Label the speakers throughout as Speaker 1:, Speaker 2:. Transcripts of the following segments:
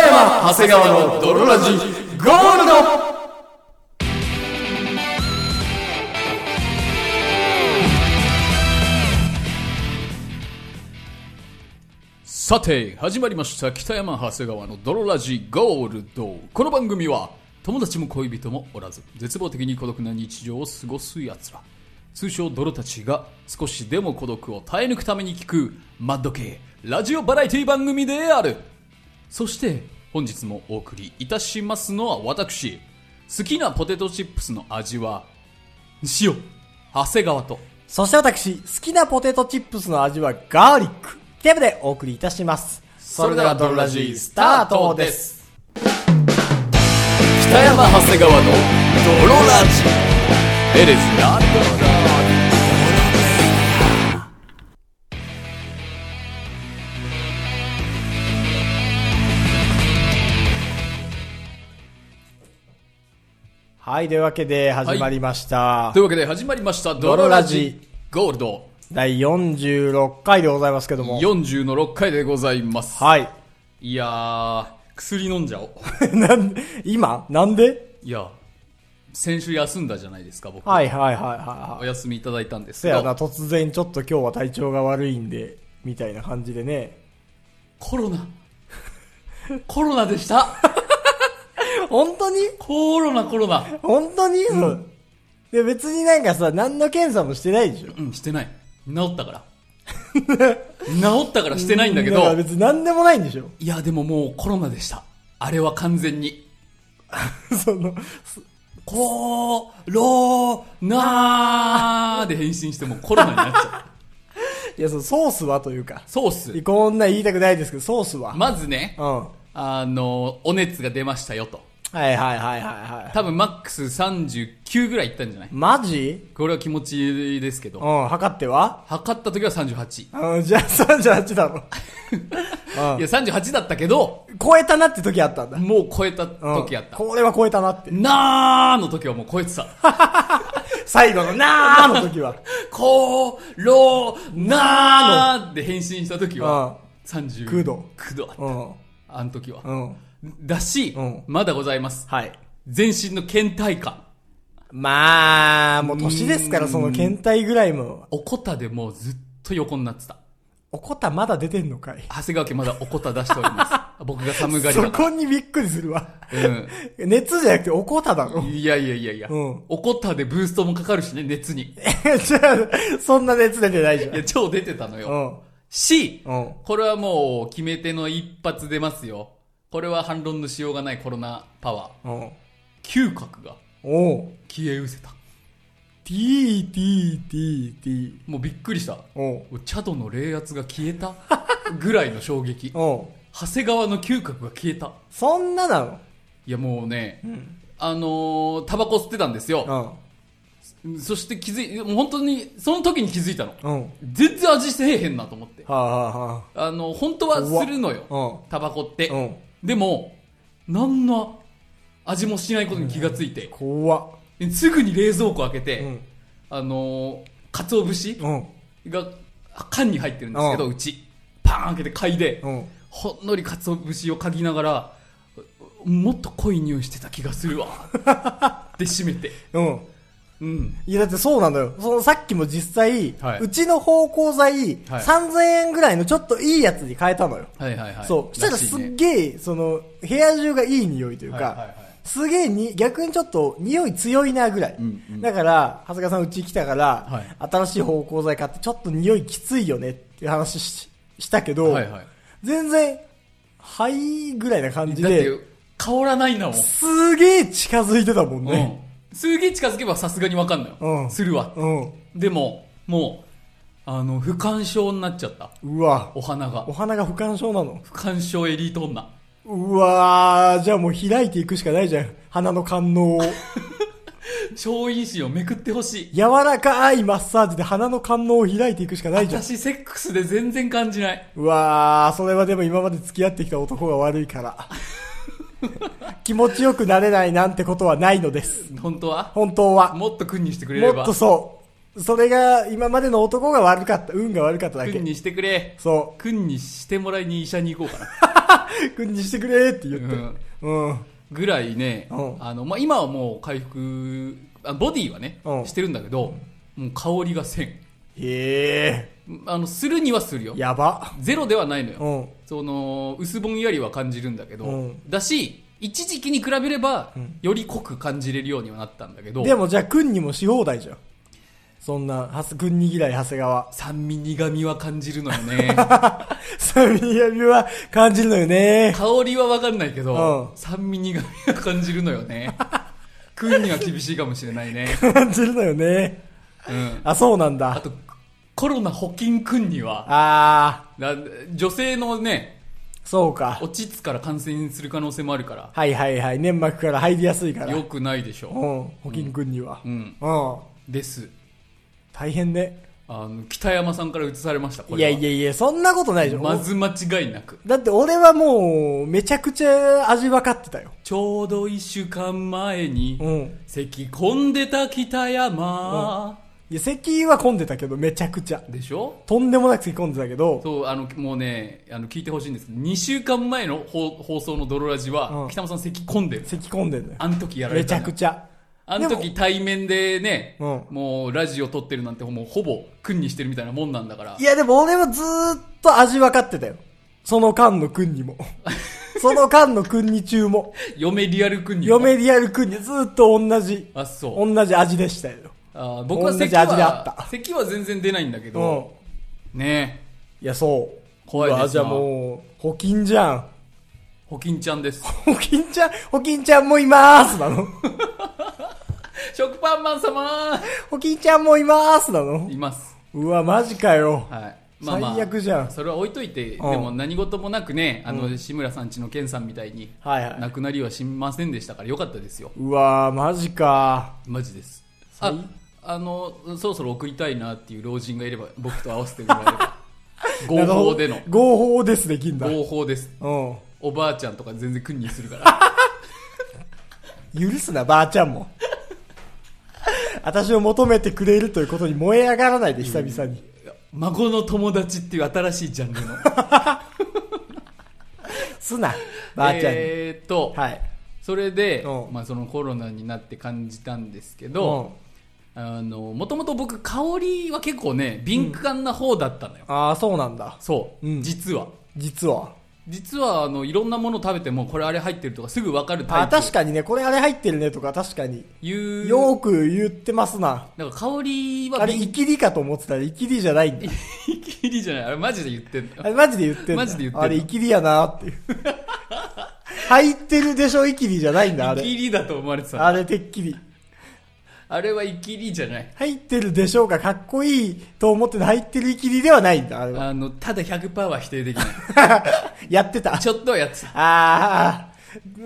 Speaker 1: 長谷川の泥ラジゴールドさて始まりました北山長谷川の泥ラジゴールドこの番組は友達も恋人もおらず絶望的に孤独な日常を過ごすやつら通称泥たちが少しでも孤独を耐え抜くために聞くマッド系ラジオバラエティ番組であるそして本日もお送りいたしますのは私好きなポテトチップスの味は塩長谷川と
Speaker 2: そして私、好きなポテトチップスの味はガーリック。キャブでお送りいたします。それではドロラジースタートです。
Speaker 1: 北山長谷川の泥ラジエレスな
Speaker 2: はい、というわけで始まりました。
Speaker 1: というわけで始まりました
Speaker 2: 泥ラジ
Speaker 1: ゴールド
Speaker 2: 第46回でございますけども。
Speaker 1: 40の6回でございます
Speaker 2: はい。
Speaker 1: いやー薬飲んじゃおう
Speaker 2: なん今なんで
Speaker 1: いや先週休んだじゃないですか僕、
Speaker 2: はいはいはいはいは
Speaker 1: お
Speaker 2: い。
Speaker 1: 休みいただいたんです
Speaker 2: せ
Speaker 1: が
Speaker 2: やな、突然ちょっと今日は体調が悪いんで、みたいな感じでね。
Speaker 1: コロナ コロナでした
Speaker 2: 本当に
Speaker 1: コロナコロナ
Speaker 2: 本当に、で、別になんかさ、何の検査もしてないでしょ。
Speaker 1: うんしてない治ったから 治ったからしてないんだけど
Speaker 2: だから別に何でもないんでしょ。
Speaker 1: いや、でももうコロナでした。あれは完全に。
Speaker 2: その、
Speaker 1: コロナーで変身してもうコロナになっちゃう。
Speaker 2: いや、そのソースはという か。
Speaker 1: そうっす。
Speaker 2: こんなん言いたくないですけど、ソースは。
Speaker 1: まずね
Speaker 2: う、ん。は
Speaker 1: あの、お熱が出ましたよと。
Speaker 2: いはいはいはいはい。
Speaker 1: 多分マックス39ぐらいいったんじゃない
Speaker 2: マジ
Speaker 1: これは気持ちいいですけ
Speaker 2: う
Speaker 1: ど。
Speaker 2: ん、測っては
Speaker 1: 測った時は38。い
Speaker 2: うん、じゃあ38 だろ。
Speaker 1: や、38だったけど、
Speaker 2: 超えたなって時あったんだ。
Speaker 1: もう超えた
Speaker 2: うん
Speaker 1: 時やった。
Speaker 2: これは超えたなって。
Speaker 1: なーの時はもう超えてた。
Speaker 2: 最後のなーの時は。
Speaker 1: コロナーで変身した時 は39
Speaker 2: 9度
Speaker 1: 9度あった。
Speaker 2: うん。
Speaker 1: あの時は。
Speaker 2: うん。
Speaker 1: だし、
Speaker 2: うん
Speaker 1: まだございます。
Speaker 2: はい。
Speaker 1: 全身の倦怠感。
Speaker 2: まあ、もう年ですから、その検体ぐらいも。
Speaker 1: おこたでもうずっと横になってた。
Speaker 2: おこたまだ出てんのかい。
Speaker 1: 長谷川家まだおこた出しており ます。僕が寒がり
Speaker 2: そ
Speaker 1: だか
Speaker 2: こにびっくりするわ。
Speaker 1: ら。
Speaker 2: 熱じゃなくておこただ
Speaker 1: う
Speaker 2: ろ
Speaker 1: ん。。いやいやいやいや、
Speaker 2: うん
Speaker 1: おこたでブーストもかかるしね、熱に。い
Speaker 2: じゃあ、そんな熱出てないじゃん。
Speaker 1: や、超出てたのよ。
Speaker 2: うん。
Speaker 1: し、
Speaker 2: うん。
Speaker 1: これはもう決め手の一発出ますよ。これは反論のしようがないコロナパワー。
Speaker 2: うん。
Speaker 1: 嗅覚が
Speaker 2: おう。
Speaker 1: 消え失せた。
Speaker 2: t, t, t, t.
Speaker 1: もうびっくりした。
Speaker 2: おう。
Speaker 1: チャドの冷圧が消えたぐらいの衝撃。
Speaker 2: おう。
Speaker 1: 長谷川の嗅覚が消えた。
Speaker 2: そんななの
Speaker 1: いやもうね、
Speaker 2: ん
Speaker 1: あのータバコ吸ってたんですよ。そして気づい、もう本当に、その時に気づいたの。
Speaker 2: うん。うん。は
Speaker 1: 全然味せえへんなと思って。
Speaker 2: あ、は
Speaker 1: あの、本当はするの
Speaker 2: あ、は
Speaker 1: よ。タバコって
Speaker 2: あ。う。ん。うん。
Speaker 1: でも、なんの味もしないことに気がついて、
Speaker 2: 怖っ。
Speaker 1: すぐに冷蔵庫開けて、
Speaker 2: うん。
Speaker 1: あのー、鰹節
Speaker 2: うん。
Speaker 1: が缶に入ってるんですけど、
Speaker 2: う
Speaker 1: うち。パーン開けて嗅いで、
Speaker 2: うん。
Speaker 1: ほんのり鰹節を嗅ぎながら、もっと濃い匂いしてた気がするわ。 って閉めて。
Speaker 2: うん。
Speaker 1: うん。
Speaker 2: いや、だってそうなのよ。そのさっきも実際、
Speaker 1: はいう
Speaker 2: ちの芳香剤、
Speaker 1: はい
Speaker 2: 3000円ぐらいのちょっといいやつに変えたのよ。
Speaker 1: はいはいはい。
Speaker 2: そう。したら
Speaker 1: しいね
Speaker 2: すっげえ、その、部屋中がいい匂いというか、
Speaker 1: はいはいはい
Speaker 2: すげえに、逆にちょっと匂い強いなぐらい。
Speaker 1: うんうん
Speaker 2: だから、長谷川さんうち来たから、
Speaker 1: はい
Speaker 2: 新しい芳香剤買ってちょっと匂いきついよねっていう話ししたけど、
Speaker 1: はいはい。
Speaker 2: 全然、はいぐらいな感じ
Speaker 1: だって、
Speaker 2: で、
Speaker 1: 香らないなもん。
Speaker 2: すげえ近づいてたもんね。
Speaker 1: うん。すげえ近づけばさすがにわかんないよ。
Speaker 2: うん
Speaker 1: するわ。
Speaker 2: うん。う
Speaker 1: でも、もう、あの、不干渉になっちゃった。
Speaker 2: わ。
Speaker 1: お花が
Speaker 2: お。花が不干渉なの。
Speaker 1: 不干渉エリート女。
Speaker 2: うわー、じゃあもう開いていくしかないじゃん。花の感能を。
Speaker 1: 超因子をめくってほしい。
Speaker 2: 柔らかいマッサージで花の感能を開いていくしかないじゃん。
Speaker 1: 私、セックスで全然感じない。
Speaker 2: うわー、それはでも今まで付き合ってきた男が悪いから。 気持ちよくなれないなんてことはないのです。
Speaker 1: 本当は
Speaker 2: 本当は。
Speaker 1: も
Speaker 2: も
Speaker 1: っと君にしてくれれば。
Speaker 2: っとそそれが、今までの男が悪かった、運が悪かっただ
Speaker 1: 君
Speaker 2: け。
Speaker 1: にしてくれ。
Speaker 2: そ
Speaker 1: 君にしてもらいに医者に行こうかな。
Speaker 2: う。君にしてくれって言って。
Speaker 1: うん
Speaker 2: うん。
Speaker 1: ぐらいね、
Speaker 2: うん
Speaker 1: あのまあ、今はもう回復あボディはね、
Speaker 2: うん
Speaker 1: してるんだけどもう香りがせん
Speaker 2: へ
Speaker 1: あのするにはするよ
Speaker 2: え。やば。
Speaker 1: ゼロではないのよ、
Speaker 2: うん。
Speaker 1: その薄ぼんやりは感じるんだけど、
Speaker 2: うん
Speaker 1: だし一時期に比べれば、
Speaker 2: ん
Speaker 1: より濃く感じれるようにはなったんだけど
Speaker 2: でもじゃあ、君にもし放題じゃん。そんな、はす、君に嫌い、長谷川。
Speaker 1: 酸味苦味は感じるのよね
Speaker 2: そういう闇は感じるのよね。
Speaker 1: 香りは分かんないけど、
Speaker 2: うん
Speaker 1: 酸味苦味は感じるのよね 食うには厳しいかもしれないね、
Speaker 2: 感じるのよね。
Speaker 1: うん、
Speaker 2: あ、そうなん
Speaker 1: あ
Speaker 2: だ。
Speaker 1: とコロナ保菌君には
Speaker 2: あ
Speaker 1: だ女性のね、
Speaker 2: ー、そうか。
Speaker 1: 落ちつから感染する可能性もあるから、
Speaker 2: はいはいはい。粘膜から入りやすいから。う
Speaker 1: 良
Speaker 2: ん。
Speaker 1: くないでしょ
Speaker 2: 保険君には
Speaker 1: う。う。ん。
Speaker 2: うん。
Speaker 1: です。
Speaker 2: 大変ね。
Speaker 1: あの、北山さんから移されました、こ
Speaker 2: いや
Speaker 1: れは。
Speaker 2: いやいや、そんなことないでしょ。
Speaker 1: まず間違いなく。
Speaker 2: だって俺はもう、めちゃくちゃ味分かってたよ。
Speaker 1: ちょうど一週間前に、
Speaker 2: うん。
Speaker 1: 咳込んでた北山、
Speaker 2: いや、咳は混んでたけど、めちゃくちゃ。
Speaker 1: でしょ
Speaker 2: とんでもなく咳込んでたけど、
Speaker 1: そう、あの、もうね、あの、聞いてほしいんですけど、2週間前の放放送の泥ラジは、
Speaker 2: うん
Speaker 1: 北山さん咳込んでる。
Speaker 2: 咳込んでんのよ。
Speaker 1: あの時やられ
Speaker 2: めち
Speaker 1: た
Speaker 2: ゃ
Speaker 1: の
Speaker 2: くちゃ。
Speaker 1: あの時対面でね、
Speaker 2: うん
Speaker 1: もうラジオ撮ってるなんてもうほぼ君にしてるみたいなもんなんだから
Speaker 2: い。や、でも俺はずーっと味分かってたよ。その間の君 にも。その間の君に中も。
Speaker 1: 嫁リアル君にも
Speaker 2: 嫁リアル君にずーっと同じ、
Speaker 1: あ、そう。
Speaker 2: 同じ味でしたよ。
Speaker 1: あー僕は
Speaker 2: 同じ
Speaker 1: 咳は
Speaker 2: 味であった
Speaker 1: 咳は全然出ないんだけ
Speaker 2: うん
Speaker 1: ど、。ね
Speaker 2: いや、そう。
Speaker 1: 怖いですな
Speaker 2: うわじゃあもう、保金じゃん。
Speaker 1: え、ホキンちゃん です。
Speaker 2: 保金ちゃん、保金ちゃんもいまーすなの。
Speaker 1: 食パンマン様
Speaker 2: 保金ちゃんもいまーすなの
Speaker 1: い。ます。
Speaker 2: うわ、マジかよ。
Speaker 1: はい。
Speaker 2: 最悪じゃん
Speaker 1: それは置いといて、でも何事もなくね、あの、志村さんちのケンさんみたいに、
Speaker 2: はいは
Speaker 1: 亡
Speaker 2: い。
Speaker 1: くなりはしませんでしたからよかったですよ。
Speaker 2: うわー、マジか。
Speaker 1: マジです。
Speaker 2: は
Speaker 1: あ
Speaker 2: い、
Speaker 1: あの、そろそろ送りたいなっていう老人がいれば、僕と合わせてもら えれば。合
Speaker 2: なんか
Speaker 1: 法での。
Speaker 2: 合法です、できんだ。
Speaker 1: 合法です。
Speaker 2: う
Speaker 1: おばあちゃんとか全然君にするから。
Speaker 2: ん。許すな、ばあちゃんも。 私を求めてくれるということに燃え上がらないで、久々に。
Speaker 1: 孫の友達っていう新しいジャンル の。
Speaker 2: すな、ばあちゃんに。
Speaker 1: えーっと、
Speaker 2: はい。
Speaker 1: それで、
Speaker 2: うん
Speaker 1: まあそのコロナになって感じたんですけど、あの、もともと僕香りは結構ね、敏感な方だったのよ。
Speaker 2: ああ、そうなんだ。
Speaker 1: そう、
Speaker 2: うん
Speaker 1: 実は。
Speaker 2: 実は。
Speaker 1: 実は、あの、いろんなもの食べても、これあれ入ってるとかすぐわかるタ
Speaker 2: あ
Speaker 1: イプ。
Speaker 2: 確かにね、これあれ入ってるねとか確かに。
Speaker 1: いう。
Speaker 2: よーく言ってますな。
Speaker 1: なんか香りは
Speaker 2: あれ、
Speaker 1: び
Speaker 2: イキリかと思ってたら、イキリじゃないんだ。
Speaker 1: イキリじゃないあれマジで言ってんの
Speaker 2: あれ、マジで言ってんだ。
Speaker 1: マジで言ってんの
Speaker 2: あれ、イキリやなーっていう。入ってるでしょ、イキリじゃないんだ、あ
Speaker 1: イキ
Speaker 2: れ。
Speaker 1: リだと思われてたあ
Speaker 2: あれ、てっきり。
Speaker 1: れはイキリじゃない
Speaker 2: 入ってるでしょうが、かっこいいと思って入ってるイキリではないんだ、あれは。
Speaker 1: あのただ100%は否定できない
Speaker 2: やってた。あ
Speaker 1: ちょっとはやってた
Speaker 2: あー。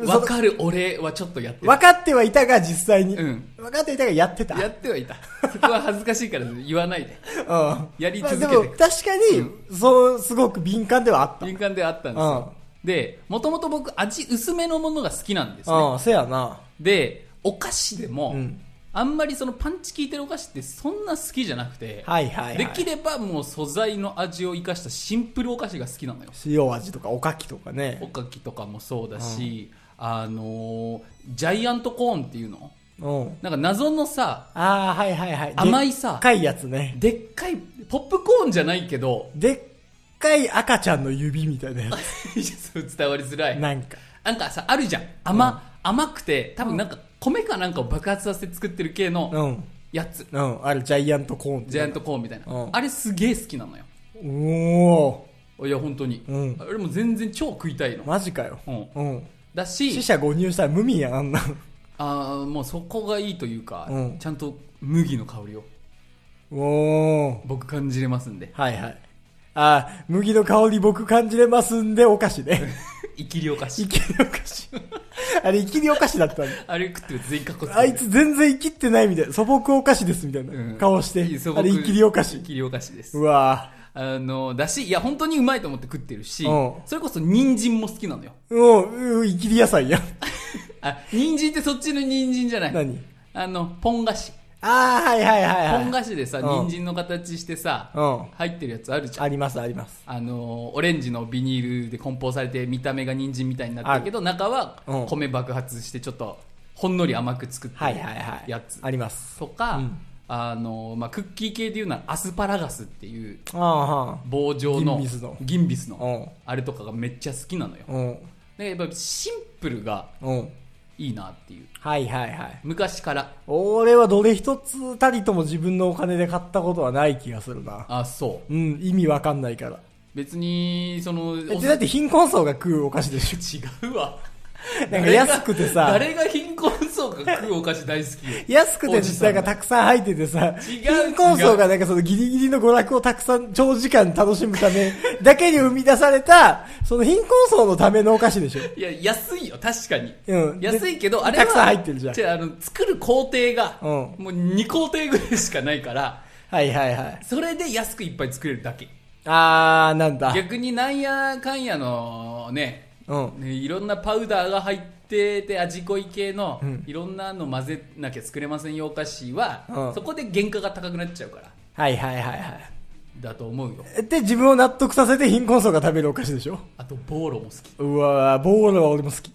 Speaker 2: そ
Speaker 1: わかる俺はちょっとやってた
Speaker 2: 分かってはいたが、実際に。
Speaker 1: うん
Speaker 2: 分かってはいたが、やってた。
Speaker 1: やってはいたそこは恥ずかしいから言わないで
Speaker 2: うん。
Speaker 1: やり
Speaker 2: まあ
Speaker 1: 続
Speaker 2: で
Speaker 1: けて
Speaker 2: も、確かに、そう、すごく敏感ではあった。
Speaker 1: 敏感であったんですよでもともと僕味薄めのものが好きなんですね
Speaker 2: うん、せやな。
Speaker 1: でお菓子でも、
Speaker 2: うん
Speaker 1: あんまりそのパンチ効いてるお菓子ってそんな好きじゃなくて、
Speaker 2: はいはいはい。
Speaker 1: できればもう素材の味を生かしたシンプルお菓子が好きなのよ
Speaker 2: 塩味とかおかきとかね
Speaker 1: お。かきとかもそうだし、あのージャイアントコーンっていうの
Speaker 2: うん。
Speaker 1: なんか謎のさ
Speaker 2: ああ、はいはいはい。
Speaker 1: 甘い
Speaker 2: で
Speaker 1: さ
Speaker 2: っかいやつね。
Speaker 1: でっかいポップコーンじゃないけど
Speaker 2: でっかい赤ちゃんの指みたいなや
Speaker 1: い
Speaker 2: つ。
Speaker 1: やそう伝わりづらい
Speaker 2: なんか。
Speaker 1: なんかさあるじゃん甘,、甘くて多分なんか米かなんかを爆発させて作ってる系の
Speaker 2: うん。
Speaker 1: やつ、
Speaker 2: うん。あれ、ジャイアントコーンって
Speaker 1: ジャイアントコーンみたいな、
Speaker 2: うん
Speaker 1: あれすげえ好きなのよ
Speaker 2: おお
Speaker 1: いや本当に、
Speaker 2: うん
Speaker 1: あれも全然超食いたいの、
Speaker 2: ーマジかよ。
Speaker 1: うん、
Speaker 2: うん。
Speaker 1: だし
Speaker 2: 死者誤入したら無味やん、あんな。
Speaker 1: あーもうそこがいいというか、
Speaker 2: うん
Speaker 1: ちゃんと麦の香りを
Speaker 2: おお
Speaker 1: 僕感じれますんで
Speaker 2: ーはいはい。ああ、麦の香り僕感じれますんで、お菓子ね。
Speaker 1: 生きりお菓子
Speaker 2: イキリお菓子。 あれ、イキリお菓子だったんだ。
Speaker 1: あれ食ってる全員かっこつけてる
Speaker 2: あいつ全然イキってないみたいな。素朴お菓子ですみたい
Speaker 1: うん
Speaker 2: な顔して。
Speaker 1: いい素朴
Speaker 2: あれ、イキリお菓子
Speaker 1: イ。キリお菓子です
Speaker 2: うわぁ。
Speaker 1: あのだしいや本当にうまいと思って食ってるし
Speaker 2: うん
Speaker 1: それこそ人参も好きなのよ
Speaker 2: もう、うんイ キリ野菜やん。
Speaker 1: あ人参ってそっちの人参じゃない
Speaker 2: 何
Speaker 1: あのポン菓子
Speaker 2: あああ、はいはいはいはい。
Speaker 1: 本菓子でさ、
Speaker 2: うん
Speaker 1: 人参の形してさ、
Speaker 2: うん
Speaker 1: 入ってるやつあるじゃん。
Speaker 2: ありますあります。
Speaker 1: あのーオレンジのビニールで梱包されて見た目が人参みたいになってるけど中は
Speaker 2: うん
Speaker 1: 米爆発してちょっとほんのり甘く作って
Speaker 2: はい
Speaker 1: る
Speaker 2: はいはい。
Speaker 1: やつ
Speaker 2: あります。
Speaker 1: とか、
Speaker 2: うん
Speaker 1: あのーまあ、クッキー系でいうのはアスパラガスっていう
Speaker 2: ああ、は
Speaker 1: 棒状の
Speaker 2: ギンビスの
Speaker 1: 銀ビスの
Speaker 2: うん
Speaker 1: あれとかがめっちゃ好きなのよ
Speaker 2: あ。うん。
Speaker 1: でやっぱシンプルが
Speaker 2: うん。
Speaker 1: いいなっていう
Speaker 2: はいはいはい。
Speaker 1: 昔から
Speaker 2: 俺はどれ一つたりとも自分のお金で買ったことはない気がするな。
Speaker 1: あそう
Speaker 2: うん、意味わかんないから。
Speaker 1: 別にその
Speaker 2: え
Speaker 1: お
Speaker 2: だって貧困層が食うお菓子でし
Speaker 1: 違うわ
Speaker 2: ょ。 なんか安くてさ、
Speaker 1: 誰が誰が貧困層が食うお菓子大好きよ
Speaker 2: 安くて
Speaker 1: おじさ
Speaker 2: なん
Speaker 1: んが
Speaker 2: かたくさん入っててさ、
Speaker 1: 違う
Speaker 2: 貧困層がなんかそのギリギリの娯楽をたくさん長時間楽しむた めだけに生み出された、その貧困層のためのお菓子でしょ。
Speaker 1: いや、安いよ、確かに。
Speaker 2: うんで
Speaker 1: 安いけど、あれは。
Speaker 2: たくさん入ってるじゃん
Speaker 1: 違うあの、作る工程が、
Speaker 2: うん
Speaker 1: もう2工程ぐらいしかないから、
Speaker 2: はいはいはい。
Speaker 1: それで安くいっぱい作れるだけ。
Speaker 2: あー、なんだ。
Speaker 1: 逆になんやかんやのね、
Speaker 2: うん。
Speaker 1: ねいろんなパウダーが入ってて、味濃い系の、
Speaker 2: ん
Speaker 1: いろんなの混ぜなきゃ作れませんよ、お菓子は、
Speaker 2: うん
Speaker 1: そこで原価が高くなっちゃうから、
Speaker 2: はいはいはいはい。
Speaker 1: だと思うよ。
Speaker 2: で、自分を納得させて貧困層が食べるお菓子でしょ
Speaker 1: あと、ボーロも好き。
Speaker 2: うわーボーロは俺も好き。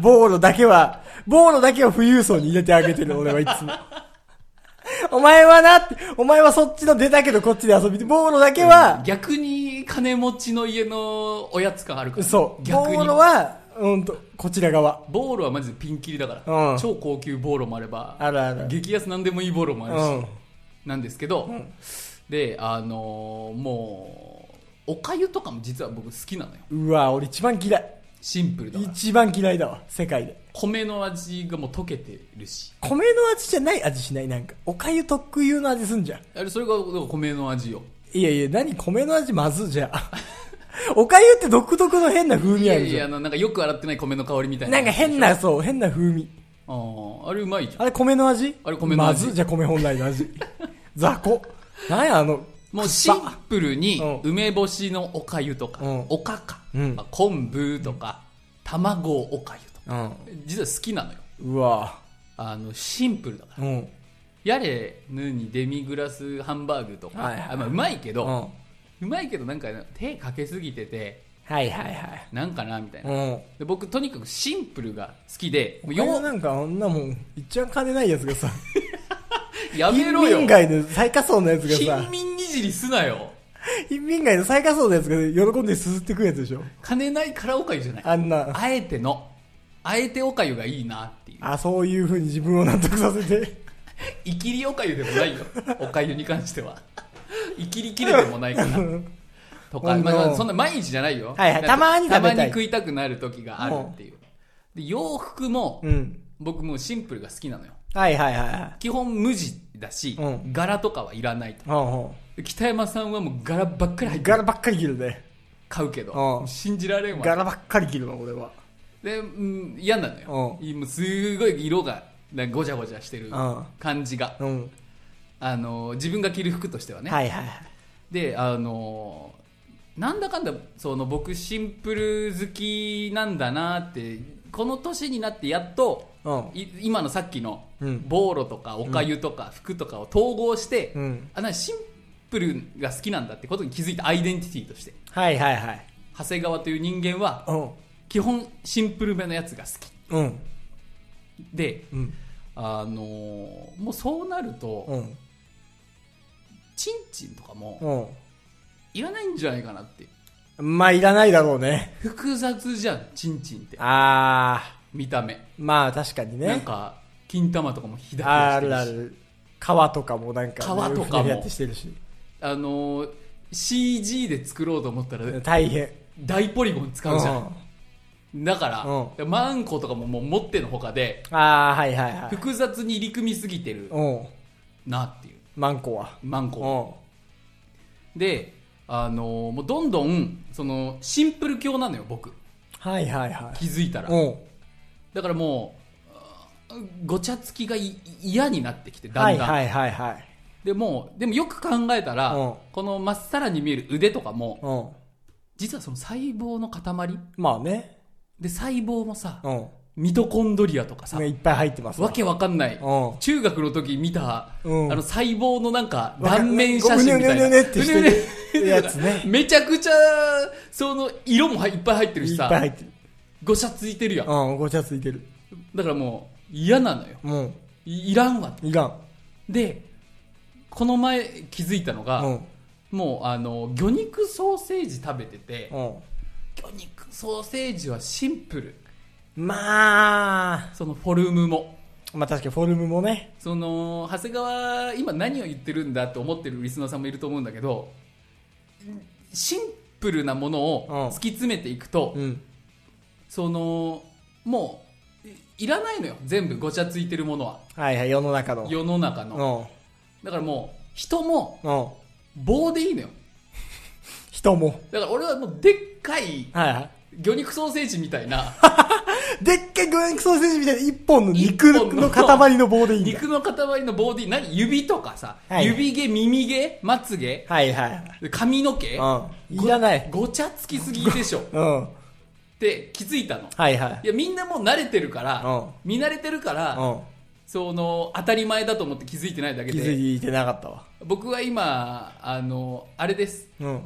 Speaker 2: ボーロだけは、ボーロだけは富裕層に入れてあげてる、俺はいつも。お前はなって、お前はそっちの出たけどこっちで遊びて、ボーロだけは、
Speaker 1: 逆に金持ちの家のおやつ感あるから。
Speaker 2: そう、
Speaker 1: 逆に。
Speaker 2: ボーロは、うんと、こちら側。
Speaker 1: ボーロはマジでピンキリだから、
Speaker 2: うん
Speaker 1: 超高級ボーロもあれば
Speaker 2: あるある。
Speaker 1: 激安なんでもいいボーロもあ
Speaker 2: う
Speaker 1: るし、
Speaker 2: ん。
Speaker 1: なんですけど、であのーもうおかゆとかも実は僕好きなのよ
Speaker 2: うわー俺一番嫌い。
Speaker 1: シンプルだから
Speaker 2: 一番嫌いだわ、世界で。
Speaker 1: 米の味がもう溶けてるし
Speaker 2: 米の味じゃない味しない、なんか。おかゆ特有の味すんじゃん。
Speaker 1: あれそれが米の味よ
Speaker 2: いやいや、何米の味まずじ ゃあ。おかゆって独特の変な風
Speaker 1: い
Speaker 2: 味あ
Speaker 1: や
Speaker 2: る
Speaker 1: い
Speaker 2: じ
Speaker 1: や
Speaker 2: ゃ
Speaker 1: あ
Speaker 2: ん。
Speaker 1: のなんかよく洗ってない米の香りみたいな
Speaker 2: なんか変な、そう、変な風味。
Speaker 1: うんあれうまいじゃん
Speaker 2: あれ米の味
Speaker 1: あれ米の味
Speaker 2: まずじゃあ米本来 の味。雑魚。なんやあの、
Speaker 1: もうシ
Speaker 2: 臭
Speaker 1: ンプルに
Speaker 2: う
Speaker 1: 梅干しのおかゆとか、
Speaker 2: うん
Speaker 1: おかか、
Speaker 2: うん
Speaker 1: 昆布とか、卵おかゆとか
Speaker 2: うん。
Speaker 1: 実は好きなのよ
Speaker 2: うわ
Speaker 1: あのシンプルだから
Speaker 2: うん。
Speaker 1: やれぬにデミグラスハンバーグとか、
Speaker 2: はいはい
Speaker 1: あまあ、うまいけ
Speaker 2: う
Speaker 1: ど、
Speaker 2: ん。は
Speaker 1: うまいけどなんか手かけすぎてて
Speaker 2: いはいはい。
Speaker 1: なんかなみたいな、
Speaker 2: うん。
Speaker 1: で僕とにかくシンプルが好きでもう
Speaker 2: よ
Speaker 1: よ
Speaker 2: なんかあんなもん、一番金ないやつがさ、
Speaker 1: やめ
Speaker 2: 貧
Speaker 1: ろよ
Speaker 2: 民街の最下層のやつが
Speaker 1: 貧
Speaker 2: さ、
Speaker 1: 民いじりすなよ
Speaker 2: 貧民街の最下層のやつが喜んですすってくるやつでしょ。
Speaker 1: 金ないからおかゆじゃない
Speaker 2: あんな。
Speaker 1: あえてのあえておかゆがいいなっていう
Speaker 2: あ、そういう風に自分を納得させて。
Speaker 1: いきりおかゆでもないよおかゆに関してはいきりきれてもないからとか、
Speaker 2: うん
Speaker 1: まあまあ、そんな毎日じゃないよ、
Speaker 2: はいはい
Speaker 1: なんか
Speaker 2: たまに食べたい
Speaker 1: たまに食いたくなる時があるっていうで洋服も、
Speaker 2: うん。
Speaker 1: 僕 もうシンプルが好きなのよ
Speaker 2: はいはいはいはい。
Speaker 1: 基本無地だし、
Speaker 2: うん
Speaker 1: 柄とかはいらないと
Speaker 2: ほうほ
Speaker 1: 北山さんはもう柄ばっかり入
Speaker 2: う。
Speaker 1: ってる
Speaker 2: 柄ばっかり切るね。
Speaker 1: 買うけど、
Speaker 2: ん
Speaker 1: もう信じられんわ
Speaker 2: 柄ばっかり切るわ、俺は。
Speaker 1: で、うん、嫌なのよ、もうすごい色がなんかごちゃごちゃしてる
Speaker 2: うん
Speaker 1: 感じが、
Speaker 2: うん。はい
Speaker 1: あの自分が着る服としてはね、
Speaker 2: はいはい。
Speaker 1: であのなんだかんだその僕シンプル好きなんだなってこの年になってやっと、
Speaker 2: うん
Speaker 1: い今のさっきの
Speaker 2: うん
Speaker 1: ボーロとかおかゆとか服とかを統合して、
Speaker 2: うん
Speaker 1: あなんかシンプルが好きなんだってことに気づいたアイデンティティとして
Speaker 2: はいはいはい。
Speaker 1: 長谷川という人間は
Speaker 2: う
Speaker 1: 基本シンプルめのやつが好き
Speaker 2: ん。うん。
Speaker 1: で
Speaker 2: うん。
Speaker 1: あのもうそうなると、
Speaker 2: うん。
Speaker 1: チンチンとかも
Speaker 2: うん。
Speaker 1: いらないんじゃないかなって
Speaker 2: まあ、いらないだろうね。
Speaker 1: 複雑じゃんチンチンって
Speaker 2: あ
Speaker 1: 見た目
Speaker 2: ー。まあ、確かに
Speaker 1: なん
Speaker 2: ね。
Speaker 1: か金玉とかもひだ
Speaker 2: あ
Speaker 1: ひ
Speaker 2: る
Speaker 1: だ
Speaker 2: あ
Speaker 1: してるし
Speaker 2: る。川とかもなんか、
Speaker 1: 川とかも
Speaker 2: ふにゃふにゃってしてるし。
Speaker 1: あのー CG で作ろうと思ったら
Speaker 2: 大変。
Speaker 1: 大ポリゴン使うじゃん、だから、
Speaker 2: う
Speaker 1: マンコとかももう持ってのほかで
Speaker 2: あー、はいはいはい。
Speaker 1: 複雑に入り組みすぎてる
Speaker 2: うん。
Speaker 1: なっていう
Speaker 2: マンコは。
Speaker 1: マン
Speaker 2: う
Speaker 1: コであのーもうどんどんそのシンプル教なのよ僕
Speaker 2: ん。はいはいは
Speaker 1: 気づいたら
Speaker 2: い。うん。
Speaker 1: だからもうあーごちゃつきがい嫌になってきてだ
Speaker 2: は
Speaker 1: ん
Speaker 2: い
Speaker 1: だん、
Speaker 2: はいはいはい。
Speaker 1: でもうでもよく考えたら、
Speaker 2: うん
Speaker 1: このまっさらに見える腕とかも、
Speaker 2: うん。
Speaker 1: 実はその細胞の塊
Speaker 2: まあね。
Speaker 1: で細胞もさ
Speaker 2: うん。
Speaker 1: ミトコンドリアとかさ、
Speaker 2: いっぱい入ってますわ
Speaker 1: わけわかんない
Speaker 2: うん。
Speaker 1: 中学の時見た、
Speaker 2: うん
Speaker 1: あの細胞のなんか
Speaker 2: わか
Speaker 1: 断面写真みたいな。
Speaker 2: うねうねうねうねってしてる
Speaker 1: うねうね
Speaker 2: やつね
Speaker 1: めちゃくちゃ、その、色もはいっぱい入ってる
Speaker 2: い
Speaker 1: し
Speaker 2: っぱい
Speaker 1: さ、
Speaker 2: 入ってる
Speaker 1: ごちゃついてるやん。
Speaker 2: うんごちゃついてる
Speaker 1: だからもう、嫌なのよ。
Speaker 2: も
Speaker 1: いいらんわと。
Speaker 2: ういかん
Speaker 1: で、この前気づいたのが、
Speaker 2: うん
Speaker 1: もうあの、魚肉ソーセージ食べてて、
Speaker 2: うん
Speaker 1: 魚肉ソーセージはシンプル。
Speaker 2: まあ
Speaker 1: そのフォルムも。
Speaker 2: まあ確かにフォルムもね
Speaker 1: その長谷川今何を言ってるんだって思ってるリスナーさんもいると思うんだけどシンプルなものを
Speaker 2: うん
Speaker 1: 突き詰めていくと、
Speaker 2: うん
Speaker 1: そのもういいらないのよ全部ごちゃついてるものは
Speaker 2: はいはい世の中の
Speaker 1: 世の中
Speaker 2: う
Speaker 1: の、
Speaker 2: ん
Speaker 1: だからもう人も
Speaker 2: うん
Speaker 1: 棒でいいのよ
Speaker 2: 人も
Speaker 1: だから俺はもうでっかい
Speaker 2: はいは
Speaker 1: 魚肉ソーセージみたいな
Speaker 2: いでっかい魚肉ソーセージみたいな一本の肉
Speaker 1: 一本の
Speaker 2: の塊の棒でいいんだ
Speaker 1: 肉の塊の棒でいい何指とかさ、
Speaker 2: はい
Speaker 1: 指毛耳毛まつ毛
Speaker 2: はいはい
Speaker 1: 髪の毛、
Speaker 2: うんいらない
Speaker 1: ごちゃつきすぎでしょ
Speaker 2: うん
Speaker 1: って気づいたの
Speaker 2: はいはい
Speaker 1: いやみんなもう慣れてるから、
Speaker 2: うん
Speaker 1: 見慣れてるから、
Speaker 2: う
Speaker 1: その当たり前だと思って気づいてないだけ
Speaker 2: ん気づ
Speaker 1: で
Speaker 2: いてなかったわ
Speaker 1: 僕は今あのあれです
Speaker 2: うん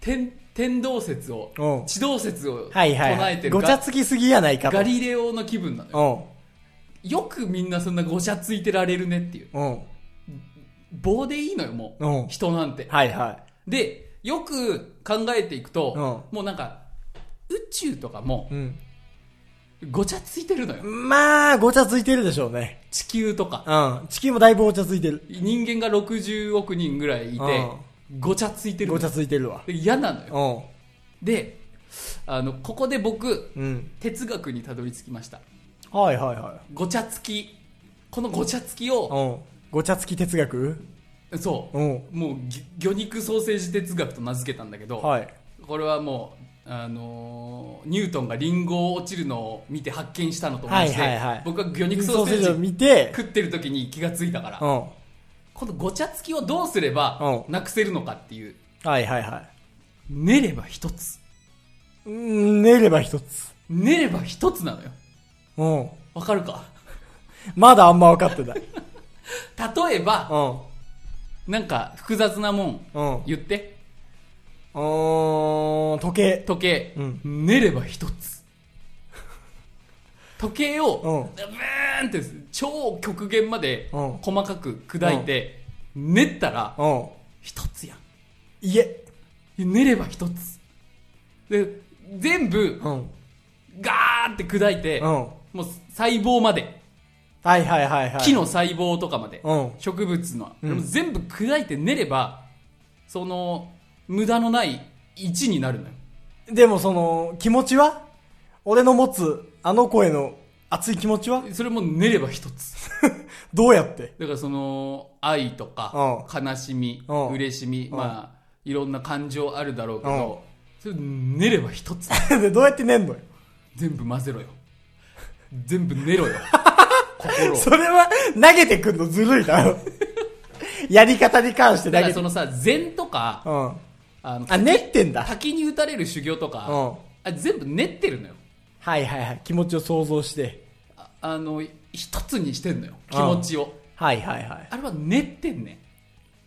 Speaker 1: 天天動説を
Speaker 2: うん
Speaker 1: 地動説を唱
Speaker 2: はいはいは
Speaker 1: えて
Speaker 2: い
Speaker 1: る
Speaker 2: ごちゃつきすぎやないかと
Speaker 1: ガリレオの気分なのよ
Speaker 2: う
Speaker 1: よくみんなそんなごちゃついてられるねっていうん
Speaker 2: うん
Speaker 1: 棒でいいのよもう、
Speaker 2: うん
Speaker 1: 人なんて
Speaker 2: はいはい
Speaker 1: でよく考えていくと、
Speaker 2: う
Speaker 1: もうなんか宇宙とかも
Speaker 2: うん。
Speaker 1: ごちゃついてるのよ、
Speaker 2: まあ、ごちゃついてるでしょうね。
Speaker 1: 地球とか
Speaker 2: うん。地球もだいぶごちゃついてる。
Speaker 1: 人間が60億人ぐらいいて、ごちゃついてる
Speaker 2: ごちゃついてるわ。
Speaker 1: で嫌なのよ
Speaker 2: う
Speaker 1: であのここで僕
Speaker 2: ん。うん。
Speaker 1: 哲学にたどり着きました
Speaker 2: はいはいは
Speaker 1: ごちゃつきこのごちゃつき
Speaker 2: い。
Speaker 1: を
Speaker 2: うん。ごちゃつき哲学
Speaker 1: そう
Speaker 2: うん。
Speaker 1: もうぎ魚肉ソーセージ哲学と名付けたんだけど、
Speaker 2: はい。
Speaker 1: これはもう、あのーニュートンがリンゴを落ちるのを見て発見したのと同じで、
Speaker 2: はいはいはい
Speaker 1: 僕は魚肉ソーセー
Speaker 2: ソ
Speaker 1: ジ
Speaker 2: を見て、
Speaker 1: 食ってる時に気がついたから、
Speaker 2: うん。は
Speaker 1: このごちゃつきをどうすれば
Speaker 2: うん
Speaker 1: なくせるのかっていう
Speaker 2: いはいは
Speaker 1: 練れば一つ
Speaker 2: い。うん、寝れば一つ。
Speaker 1: 練れば一つなのよ
Speaker 2: うん。
Speaker 1: わかるか
Speaker 2: まだあんま分かってない。
Speaker 1: 例えば
Speaker 2: うん。
Speaker 1: なんか複雑なもん
Speaker 2: うん。う
Speaker 1: 言って
Speaker 2: ーん、時計。
Speaker 1: 時計、
Speaker 2: うん
Speaker 1: 練れば一つ時計を
Speaker 2: うん
Speaker 1: ブーンって超極限まで
Speaker 2: うん
Speaker 1: 細かく砕いて練ったら
Speaker 2: うん。
Speaker 1: 一つやん
Speaker 2: 家。
Speaker 1: 練れば一つで全部
Speaker 2: うん。
Speaker 1: ガーって砕いて
Speaker 2: うん。は
Speaker 1: もう細胞まで
Speaker 2: いはいはいはい。
Speaker 1: 木。の細胞とかまで
Speaker 2: うん。
Speaker 1: 植物の、
Speaker 2: うん
Speaker 1: でも全部砕いて練ればその無駄のない1になるのよ
Speaker 2: でもその、気持ちは俺の持つ、あの声の熱い気持ちは
Speaker 1: それも練れば一つ
Speaker 2: どうやって
Speaker 1: だからその愛とか悲しみ
Speaker 2: うん
Speaker 1: 嬉しみ
Speaker 2: うん
Speaker 1: まあいろんな感情あるだろうけどそれ練れば一 つ
Speaker 2: でどうやって寝んのよ
Speaker 1: 全部混ぜろよ全部練 ろよ心を
Speaker 2: それは投げてくんのずるい だろ。やり方に関して
Speaker 1: だ
Speaker 2: 投
Speaker 1: から
Speaker 2: げて
Speaker 1: そのさ禅とか
Speaker 2: うん。
Speaker 1: あの
Speaker 2: あ、練ってんだ。はい
Speaker 1: 滝に打たれる修行とか、
Speaker 2: うん
Speaker 1: あ全部練ってるのよ
Speaker 2: はいはい。気持ちを想像して。
Speaker 1: ああの一つにしてんのよ
Speaker 2: うん
Speaker 1: 気持ちを、
Speaker 2: はいはいは
Speaker 1: あれは練ってんね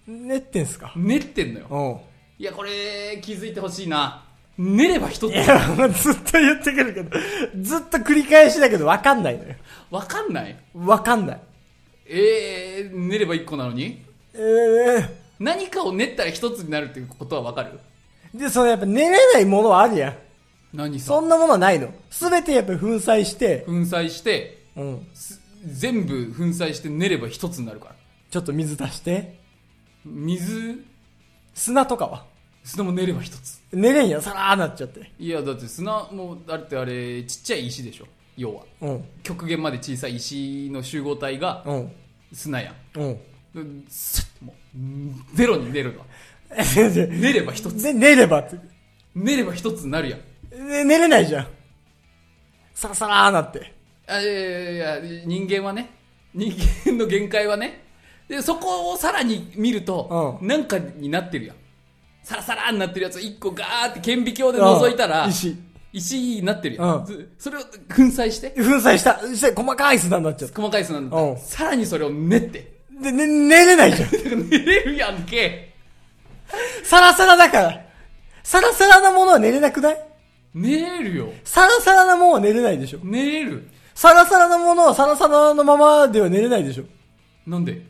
Speaker 2: い。練ってんすか
Speaker 1: ん練ってんのよ
Speaker 2: うん。
Speaker 1: いやこれ気づいてほしいな練れば一つ
Speaker 2: いや、ずっと言ってくるけど、ずっと繰り返しだけど分かんないのよ。
Speaker 1: わかんない
Speaker 2: 分かんない。
Speaker 1: えー、練れば一個なのに
Speaker 2: ええ
Speaker 1: 何かを練ったら一つになるっていうことはわかる
Speaker 2: で、そのやっぱ寝れないものはあるやん。
Speaker 1: 何さ
Speaker 2: そんなものはないの。すべてやっぱり粉砕して、
Speaker 1: 粉砕して
Speaker 2: うん。
Speaker 1: す全部粉砕して練れば一つになるから
Speaker 2: ちょっと水足して、
Speaker 1: 水
Speaker 2: 砂とかは。
Speaker 1: 砂も練れば一つ
Speaker 2: 寝れんやん、さらーなっちゃって。
Speaker 1: いやだって砂もだってあれちっちゃい石でしょ要は
Speaker 2: うん。
Speaker 1: 極限まで小さい石の集合体が
Speaker 2: うん。
Speaker 1: 砂やん
Speaker 2: うん。
Speaker 1: うんスッもうんゼロに出るわ
Speaker 2: で、
Speaker 1: 寝れば一つ
Speaker 2: で寝ればって。
Speaker 1: 寝れば一つになるやん
Speaker 2: で寝れないじゃん。さらさらーなって。
Speaker 1: あいやいやいや人間はね人間の限界はねでそこをさらに見ると、
Speaker 2: う
Speaker 1: なんかになってるやんサラサラになってるやつを一個ガーって顕微鏡で覗いたら、
Speaker 2: うん石。
Speaker 1: 1位になってるやん。
Speaker 2: う
Speaker 1: それを粉砕して、
Speaker 2: 粉砕した。して細かい砂になっちゃっ
Speaker 1: 細かい砂なんだった
Speaker 2: うん
Speaker 1: さらにそれを練って。
Speaker 2: た。で、ね、寝れないじゃん。
Speaker 1: だから寝れるやんけ。
Speaker 2: サラサラだから。サラサラなものは寝れなくない
Speaker 1: 寝れるよ。
Speaker 2: サラサラなものは寝れないでしょ。
Speaker 1: 寝れる。
Speaker 2: サラサラなものはサラサラのままでは寝れないでしょ。
Speaker 1: なんで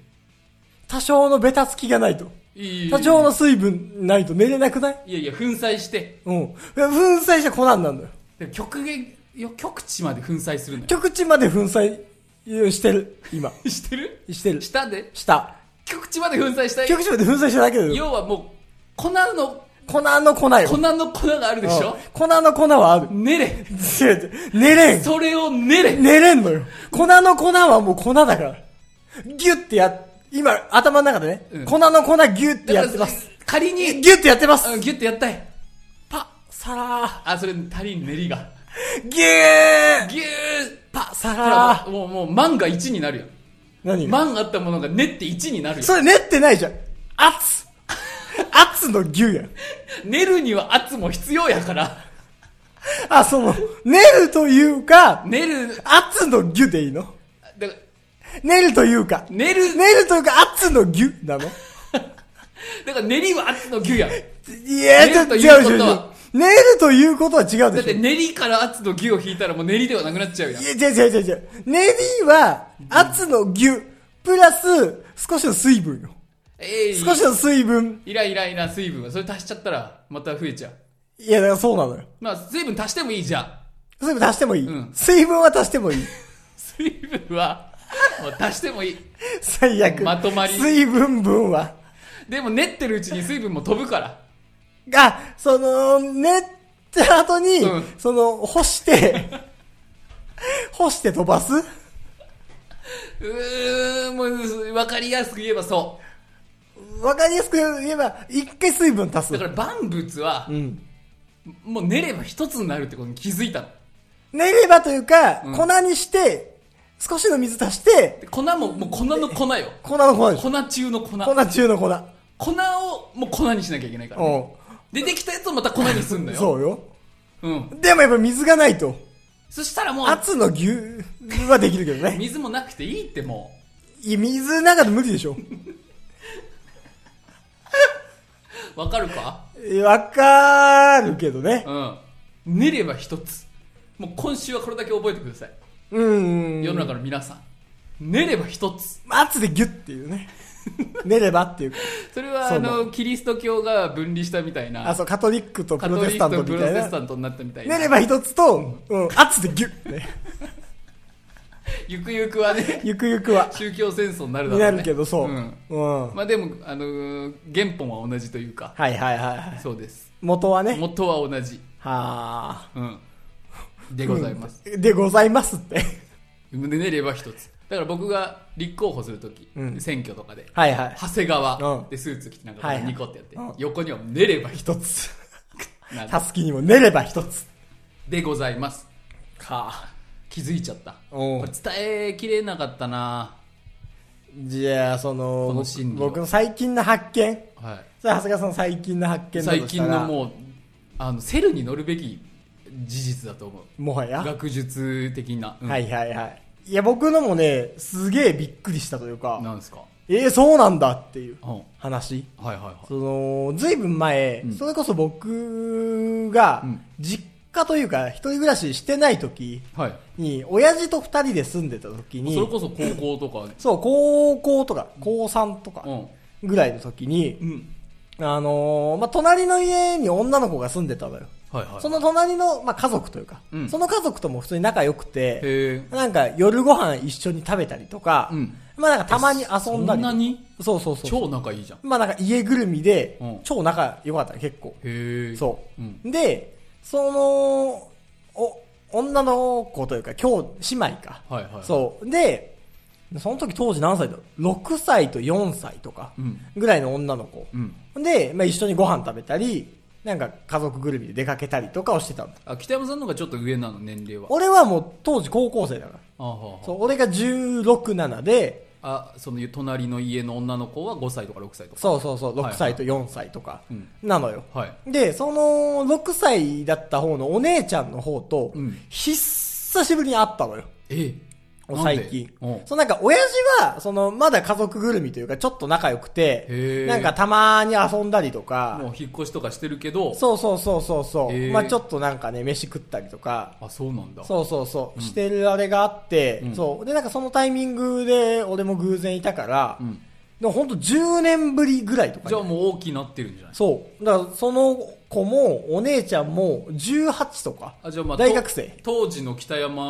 Speaker 2: 多少のベタつきがないと。
Speaker 1: いい
Speaker 2: 多少の水分ないと寝れなくない
Speaker 1: いやいや、粉砕して。
Speaker 2: うん。粉砕した粉になるのよ。
Speaker 1: で極限、よ極地まで粉砕するのよ。
Speaker 2: 極地まで粉砕してる。今。
Speaker 1: してる
Speaker 2: してる。
Speaker 1: 下で
Speaker 2: した。
Speaker 1: 極地まで粉砕したい。
Speaker 2: 極地まで粉砕しただけだよ。
Speaker 1: 要はもう、粉の、
Speaker 2: 粉の粉よ。
Speaker 1: 粉の粉があるでしょ
Speaker 2: うん粉の粉はある。
Speaker 1: 寝れ。
Speaker 2: 違う違う寝れん。
Speaker 1: それを寝れ。
Speaker 2: 寝れんのよ。粉の粉はもう粉だから。ギュッてやっ、今、頭の中でね、
Speaker 1: うん
Speaker 2: 粉の粉ギュッてやってます。
Speaker 1: だから。仮に、
Speaker 2: ギュッてやってます。
Speaker 1: うんギュッてやったい。
Speaker 2: パ、サラー。
Speaker 1: あ、それ、足りん練りが。
Speaker 2: ギュー
Speaker 1: ぎゅー
Speaker 2: パ、サ
Speaker 1: ほら
Speaker 2: ラー。
Speaker 1: もう、もう、万が1になるよ。
Speaker 2: 何が
Speaker 1: 万あったものが練って1になるよ。
Speaker 2: それ練ってないじゃん。熱。熱の牛やん。
Speaker 1: 練るには圧も必要やから。
Speaker 2: あ、その、練るというか、
Speaker 1: 練る、
Speaker 2: 熱の牛でいいの
Speaker 1: だから
Speaker 2: 練るというか。
Speaker 1: 練る、
Speaker 2: 練るというか、熱の牛なの
Speaker 1: だから練りは圧の牛やん。
Speaker 2: いや、
Speaker 1: 練
Speaker 2: ち
Speaker 1: る
Speaker 2: ょっと
Speaker 1: と
Speaker 2: 違
Speaker 1: いうこ
Speaker 2: う違う
Speaker 1: と
Speaker 2: 違う
Speaker 1: は。
Speaker 2: 練るということは違う
Speaker 1: だっ
Speaker 2: で
Speaker 1: て
Speaker 2: しょ。
Speaker 1: 練りから圧の牛を引いたらもう練りではなくなっちゃうやん
Speaker 2: い。や、違う違う違う違う。練りは、熱の牛、プラス、少しの水分よ。
Speaker 1: えい、
Speaker 2: 少しの水分。
Speaker 1: イライライラ水分は、それ足しちゃったら、また増えちゃう。
Speaker 2: いや、だからそうなのよ。
Speaker 1: まあ、水分足してもいいじゃん。
Speaker 2: 水分足してもいい。
Speaker 1: うん
Speaker 2: 水分は足してもいい。
Speaker 1: 水分は、もう足してもいい。
Speaker 2: 最悪。
Speaker 1: まとまり
Speaker 2: 水分分は。
Speaker 1: でも練ってるうちに水分も飛ぶから。
Speaker 2: が、その、練った後に、
Speaker 1: うん
Speaker 2: その、干して、干して飛ばす
Speaker 1: うーん、もう、わかりやすく言えばそ
Speaker 2: わかりやすく言えば、一回水分足
Speaker 1: う。だから
Speaker 2: す。
Speaker 1: 万物は
Speaker 2: う、ん。
Speaker 1: もう練れば一つになるってことに気づいたの。
Speaker 2: 練ればというか、
Speaker 1: うん
Speaker 2: 粉にして、少しの水足して、
Speaker 1: で粉も、もう粉の粉よ。
Speaker 2: 粉の粉でしょ。
Speaker 1: 粉中の粉。
Speaker 2: 粉中の粉。う
Speaker 1: 粉をもう粉にしなきゃいけないから、ね。で、できたやつをまた粉にすんの
Speaker 2: ん。
Speaker 1: よ。
Speaker 2: そうよ。
Speaker 1: う。ん。
Speaker 2: でもやっぱ水がないと。
Speaker 1: そしたらもう、
Speaker 2: 圧の牛はできるけどね。
Speaker 1: 水もなくていいっても
Speaker 2: いや水なんか無理でしょ。
Speaker 1: う。わかるか
Speaker 2: いやわかるけどね。
Speaker 1: うん。練れば一つ。もう今週はこれだけ覚えてください。
Speaker 2: うん。
Speaker 1: 世の中の皆さん。練れば一つ。
Speaker 2: 圧でギュッっていうね。 練ればっていうか。
Speaker 1: それは
Speaker 2: そう
Speaker 1: あの、キリスト教が分離したみたい
Speaker 2: あ、
Speaker 1: な。
Speaker 2: そう、カトリックとプ
Speaker 1: カ
Speaker 2: ロ
Speaker 1: ト
Speaker 2: テ
Speaker 1: リ
Speaker 2: ス
Speaker 1: ッ
Speaker 2: タ
Speaker 1: ク
Speaker 2: ン
Speaker 1: と
Speaker 2: ト
Speaker 1: プ
Speaker 2: み
Speaker 1: ロ
Speaker 2: たい
Speaker 1: テ
Speaker 2: な
Speaker 1: ス。タントになったみたいな。
Speaker 2: 練れば一つと、うん、圧でギュッ。ね。
Speaker 1: ゆくゆくは ね、
Speaker 2: ゆくゆ くは。
Speaker 1: 宗教戦争になるだろ
Speaker 2: に
Speaker 1: うね。
Speaker 2: なるけど、そう。うんん。。は
Speaker 1: まあでも、あのー原本は同じというか、
Speaker 2: いはいはいはい。
Speaker 1: そうです。
Speaker 2: 元はね。
Speaker 1: 元は同じ。
Speaker 2: はあ。
Speaker 1: うん。でございます。
Speaker 2: うん。で、ございますって。
Speaker 1: で、練れば一つ。だから僕が立候補するとき、
Speaker 2: うん
Speaker 1: 選挙とかで、
Speaker 2: はいはい。
Speaker 1: 長谷川
Speaker 2: うん
Speaker 1: でスーツ着てなん
Speaker 2: は
Speaker 1: か
Speaker 2: いはい
Speaker 1: ニコってやって、
Speaker 2: うん
Speaker 1: 横には練れば一
Speaker 2: 一 つ。
Speaker 1: つなん
Speaker 2: たすきにも練れば一つ。
Speaker 1: でございます。
Speaker 2: か
Speaker 1: 気づいちゃった。
Speaker 2: おう
Speaker 1: これ伝えきれなかったな
Speaker 2: じゃあ、そ
Speaker 1: こ
Speaker 2: の、
Speaker 1: の
Speaker 2: 僕
Speaker 1: 心理を
Speaker 2: 僕の最近の発見。
Speaker 1: は
Speaker 2: それ長谷川さんの最近の発見
Speaker 1: い。
Speaker 2: だとしたら
Speaker 1: 最近のもう、あの、セルに乗るべき事実だと思う。
Speaker 2: もはや。
Speaker 1: 学術的な。うん
Speaker 2: はいはいはい。いや、僕のもね、すげえびっくりしたというか、
Speaker 1: なんですか。
Speaker 2: えー、そうなんだっていう
Speaker 1: うん。はい
Speaker 2: 話。
Speaker 1: はいはい。
Speaker 2: その、ずいぶん前、
Speaker 1: うん
Speaker 2: それこそ僕が
Speaker 1: うん、
Speaker 2: 実家というか、一人暮らししてない時
Speaker 1: はい。
Speaker 2: に、親父と二人で住んでた時に、
Speaker 1: それこそ高校とかね。
Speaker 2: そう、高校とか、高3とか
Speaker 1: う、ん。
Speaker 2: ぐらいの時に、
Speaker 1: うん。
Speaker 2: あのーまあ、隣の家に女の子が住んでたのよ。
Speaker 1: はいはい。
Speaker 2: その隣の、まあ、家族というか、
Speaker 1: うん
Speaker 2: その家族とも普通に仲良くて、
Speaker 1: へえ。
Speaker 2: なんか夜ご飯一緒に食べたりとか、
Speaker 1: うん
Speaker 2: まあなんかたまに遊んだ
Speaker 1: そん
Speaker 2: りと
Speaker 1: な
Speaker 2: か。
Speaker 1: に
Speaker 2: そうそうそう。
Speaker 1: 超仲いいじゃん。
Speaker 2: まあなんか家ぐるみで
Speaker 1: うん、
Speaker 2: 超仲良かったね結構。
Speaker 1: へえ。
Speaker 2: そうう。
Speaker 1: ん。
Speaker 2: で、その、お、女の子というか、今日、姉妹か。
Speaker 1: はいはい。う。
Speaker 2: そう。で、その時当時何歳だろう ?6 歳と4歳とか
Speaker 1: うん、
Speaker 2: ぐらいの女の子。
Speaker 1: うん。
Speaker 2: で、まあ一緒にご飯食べたり、なんか家族ぐるみで出かけたりとかをしてたの。
Speaker 1: あ、北山さんの方がちょっと上なの、年齢は。
Speaker 2: 俺はもう当時高校生だから。
Speaker 1: あはは
Speaker 2: そう、俺が16、7で、
Speaker 1: あその隣の家の女の子は5歳とか6歳とか
Speaker 2: そうそうそう、
Speaker 1: はい
Speaker 2: 6歳と4歳とか
Speaker 1: うん、
Speaker 2: なのよ。
Speaker 1: はい
Speaker 2: で、その、6歳だった方のお姉ちゃんの方と
Speaker 1: うん、
Speaker 2: 久しぶりに会ったのよ。
Speaker 1: えなんで
Speaker 2: 最近
Speaker 1: うん。
Speaker 2: そのなんか、親父は、その、まだ家族ぐるみというか、ちょっと仲良く
Speaker 1: へ
Speaker 2: て
Speaker 1: ー、
Speaker 2: なんかたまに遊んだりと
Speaker 1: も
Speaker 2: か、
Speaker 1: う引っ越しとかしてるけど
Speaker 2: そうそうそうそうそ
Speaker 1: へ
Speaker 2: う、
Speaker 1: ー
Speaker 2: まあちょっとなんかね、飯食ったりとか、
Speaker 1: あそうなんだ
Speaker 2: そうそうそう、してるあれがあって、
Speaker 1: うん
Speaker 2: そう。で、なんかそのタイミングで、俺も偶然いたから、
Speaker 1: ん
Speaker 2: でもほんと10年ぶりぐらいとかに
Speaker 1: じゃあもう大きなってるんじゃない
Speaker 2: そう。だから、その子も、お姉ちゃんも、18とか。
Speaker 1: あじゃあまあ
Speaker 2: 大学生
Speaker 1: と当時の北山